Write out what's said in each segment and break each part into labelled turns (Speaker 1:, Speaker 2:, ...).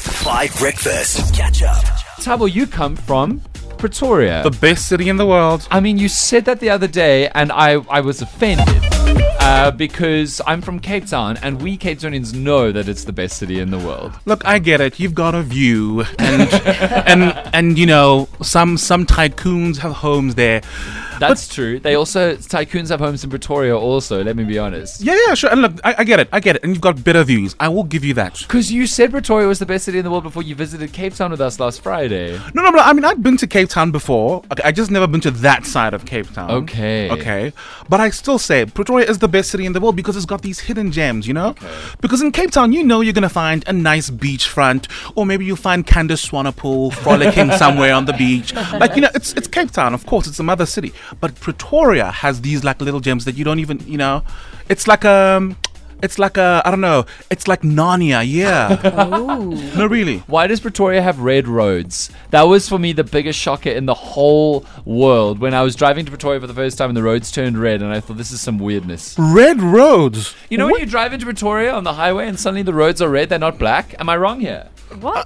Speaker 1: Five Breakfast. Catch up.
Speaker 2: Tabo, you come from Pretoria.
Speaker 3: The best city in the world.
Speaker 2: I mean, you said that the other day, and I, I was offended. Uh, because I'm from Cape Town, and we Cape Townians know that it's the best city in the world.
Speaker 3: Look, I get it. You've got a view, and and and you know some some tycoons have homes there.
Speaker 2: That's true. They also tycoons have homes in Pretoria. Also, let me be honest.
Speaker 3: Yeah, yeah, sure. And look, I, I get it. I get it. And you've got better views. I will give you that.
Speaker 2: Because you said Pretoria was the best city in the world before you visited Cape Town with us last Friday.
Speaker 3: No, no, no. I mean, I've been to Cape Town before. Okay, I just never been to that side of Cape Town.
Speaker 2: Okay.
Speaker 3: Okay. But I still say Pretoria is the best city in the world because it's got these hidden gems, you know? Because in Cape Town, you know you're going to find a nice beachfront, or maybe you'll find Candace Swanepoel frolicking somewhere on the beach. Like, you know, it's, it's Cape Town, of course, it's a mother city. But Pretoria has these, like, little gems that you don't even, you know? It's like um, It's like a, I don't know, it's like Narnia, yeah. no, really.
Speaker 2: Why does Pretoria have red roads? That was for me the biggest shocker in the whole world when I was driving to Pretoria for the first time and the roads turned red and I thought this is some weirdness.
Speaker 3: Red roads.
Speaker 2: You know when you drive into Pretoria on the highway and suddenly the roads are red, they're not black? Am I wrong here?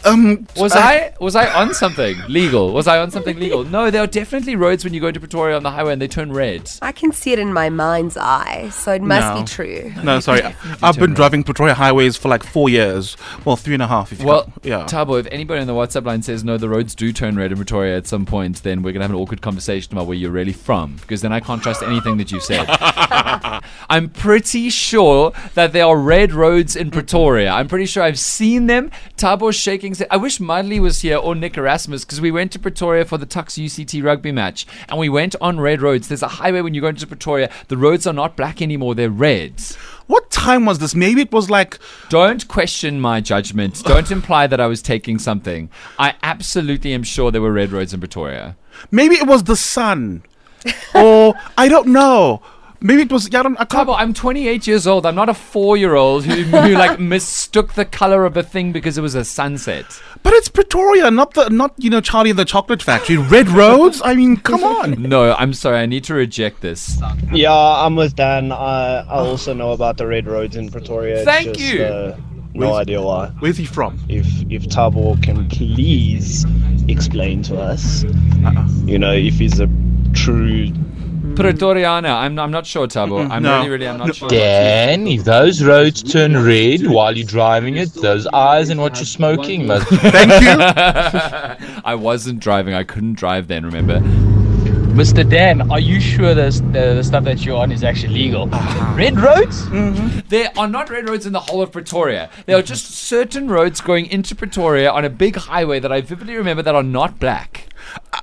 Speaker 3: Um,
Speaker 2: Was I was I on something legal? Was I on something legal? No, there are definitely roads when you go into Pretoria on the highway and they turn red.
Speaker 4: I can see it in my mind's eye, so it must
Speaker 3: No.
Speaker 4: be true.
Speaker 3: No, sorry. I've been driving Pretoria highways for like four years. Well, three and a half. If you
Speaker 2: Well,
Speaker 3: count- yeah.
Speaker 2: Tabo, if anybody on the WhatsApp line says no, the roads do turn red in Pretoria at some point, then we're gonna have an awkward conversation about where you're really from, because then I can't trust anything that you said. I'm pretty sure that there are red roads in Pretoria. I'm pretty sure I've seen them. Tabo's shaking. his head. I wish Mudley was here or Nick Erasmus because we went to Pretoria for the Tux UCT rugby match and we went on red roads. There's a highway when you go into Pretoria. The roads are not black anymore, they're red.
Speaker 3: what time was this? Maybe it was like
Speaker 2: Don't question my judgment. Don't imply that I was taking something. I absolutely am sure there were red roads in Pretoria.
Speaker 3: maybe it was the sun, or I don't know. Maybe it was. Yeah, I don't. I can't.
Speaker 2: Tabo, I'm 28 years old. I'm not a four year old who, who like mistook the color of a thing because it was a sunset.
Speaker 3: But it's Pretoria, not the not you know Charlie and the Chocolate Factory. Red roads. I mean, come on.
Speaker 2: No, I'm sorry. I need to reject this.
Speaker 5: Yeah, I'm with Dan. I, I also know about the red roads in Pretoria. It's
Speaker 2: Thank
Speaker 5: just,
Speaker 2: you.
Speaker 5: Uh, no
Speaker 3: With-
Speaker 5: idea why.
Speaker 3: Where's he from?
Speaker 5: If if Tabo can please explain to us, you know, if he's a true
Speaker 2: Pretoriana. I'm, I'm not sure, Tabo. I'm
Speaker 3: No.
Speaker 2: really, really, I'm not sure.
Speaker 6: Dan, if those roads turn red while you're driving it, those eyes and what you're smoking must
Speaker 3: Thank you.
Speaker 2: I wasn't driving. I couldn't drive then, remember?
Speaker 7: Mr. Dan, are you sure this, uh, the, the stuff that you're on is actually legal? Red roads?
Speaker 2: There are not red roads in the whole of Pretoria. There are just certain roads going into Pretoria on a big highway that I vividly remember that are not black.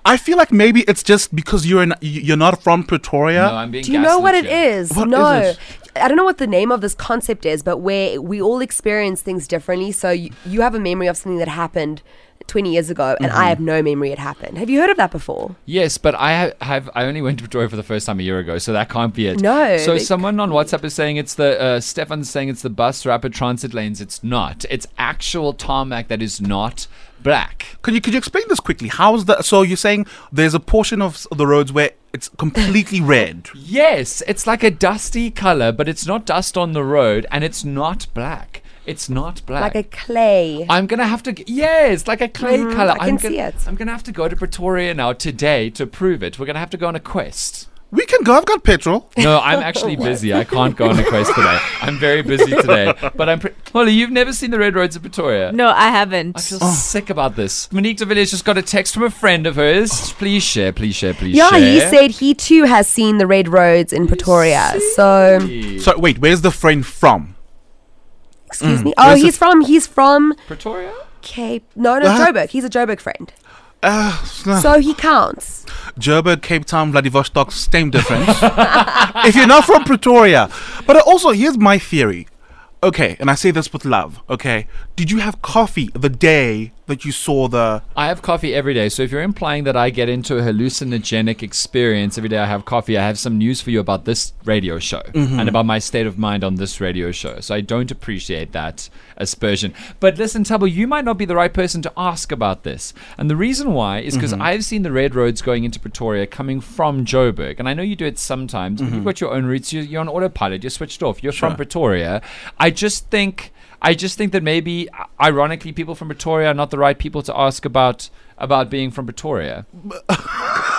Speaker 3: I feel like maybe it's just because you're in, you- you're not from Pretoria.
Speaker 2: No, I'm being
Speaker 4: Do you know
Speaker 2: gaslit
Speaker 4: what it
Speaker 2: here.
Speaker 4: is?
Speaker 3: What is
Speaker 4: no.
Speaker 3: it?
Speaker 4: I don't know what the name of this concept is, but where we all experience things differently. So you, you have a memory of something that happened 20 years ago, and
Speaker 3: Mm-hmm.
Speaker 4: I have no memory it happened. Have you heard of that before?
Speaker 2: Yes, but I have, have I only went to Pretoria for the first time a year ago, so that can't be it.
Speaker 4: No,
Speaker 2: So
Speaker 4: they-
Speaker 2: someone on WhatsApp is saying it's the uh, Stefan's saying it's the bus rapid transit lanes. It's not. It's actual tarmac that is not black.
Speaker 3: Can you could you explain this quickly? How's the so you're saying there's a portion of s- the roads where it's completely red.
Speaker 2: Yes, it's like a dusty color, but it's not dust on the road, and it's not black. It's not
Speaker 3: Uh,
Speaker 2: black.
Speaker 4: Like a clay.
Speaker 2: I'm gonna have to. g- Yes, like a clay color.
Speaker 4: I
Speaker 2: am
Speaker 4: can see
Speaker 2: gonna,
Speaker 4: it.
Speaker 2: I'm gonna have to go to Pretoria now today to prove it. We're gonna have to go on a quest.
Speaker 3: We can go. I've got petrol.
Speaker 2: No, I'm actually busy. I can't go on a quest today. I'm very busy today. But I'm. Pre- Holly, you've never seen the red roads of Pretoria.
Speaker 8: No, I
Speaker 2: I
Speaker 8: haven't.
Speaker 2: feel sick about this. Monique de Villiers just got a text from a friend of hers. Please share, please share, please
Speaker 4: yeah,
Speaker 2: share.
Speaker 4: he said he too has seen the red roads in Pretoria. So,
Speaker 3: So wait, where's the friend from?
Speaker 4: excuse me. Oh,
Speaker 3: Where's the
Speaker 4: he's from, he's from
Speaker 2: Pretoria?
Speaker 4: Cape. No, no,
Speaker 3: Ah.
Speaker 4: Joburg. He's a Joburg friend.
Speaker 3: Uh,
Speaker 4: So he counts.
Speaker 3: Joburg, Cape Town, Vladivostok, same difference. if you're not from Pretoria. But also, here's my theory. Okay, and I say this with love, okay? Did you have coffee the day that you saw the.
Speaker 2: I have coffee every day. So if you're implying that I get into a hallucinogenic experience every day I have coffee, I have some news for you about this radio show
Speaker 4: Mm-hmm.
Speaker 2: and about my state of mind on this radio show. So I don't appreciate that aspersion. But listen, Tubble, you might not be the right person to ask about this. And the reason why is because I've seen the red roads going into Pretoria coming from Joburg. And I know you do it sometimes, but you've got your own routes. You're, you're on autopilot. You're switched off. You're from Pretoria. I just think. I just think that maybe, ironically, people from Pretoria are not the right people to ask about about being from Pretoria.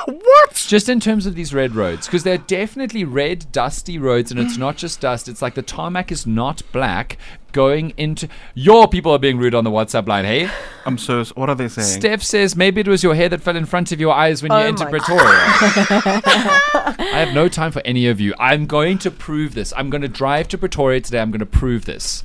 Speaker 3: What?
Speaker 2: Just in terms of these red roads, because they're definitely red, dusty roads, and it's not just dust. It's like the tarmac is not black. Going into your people are being rude on the WhatsApp line. Hey,
Speaker 3: I'm so. s- What are they saying?
Speaker 2: Steph says maybe it was your hair that fell in front of your eyes when
Speaker 4: Oh
Speaker 2: you entered
Speaker 4: my-
Speaker 2: Pretoria. I have no time for any of you. I'm going to prove this. I'm going to drive to Pretoria today. I'm going to prove this.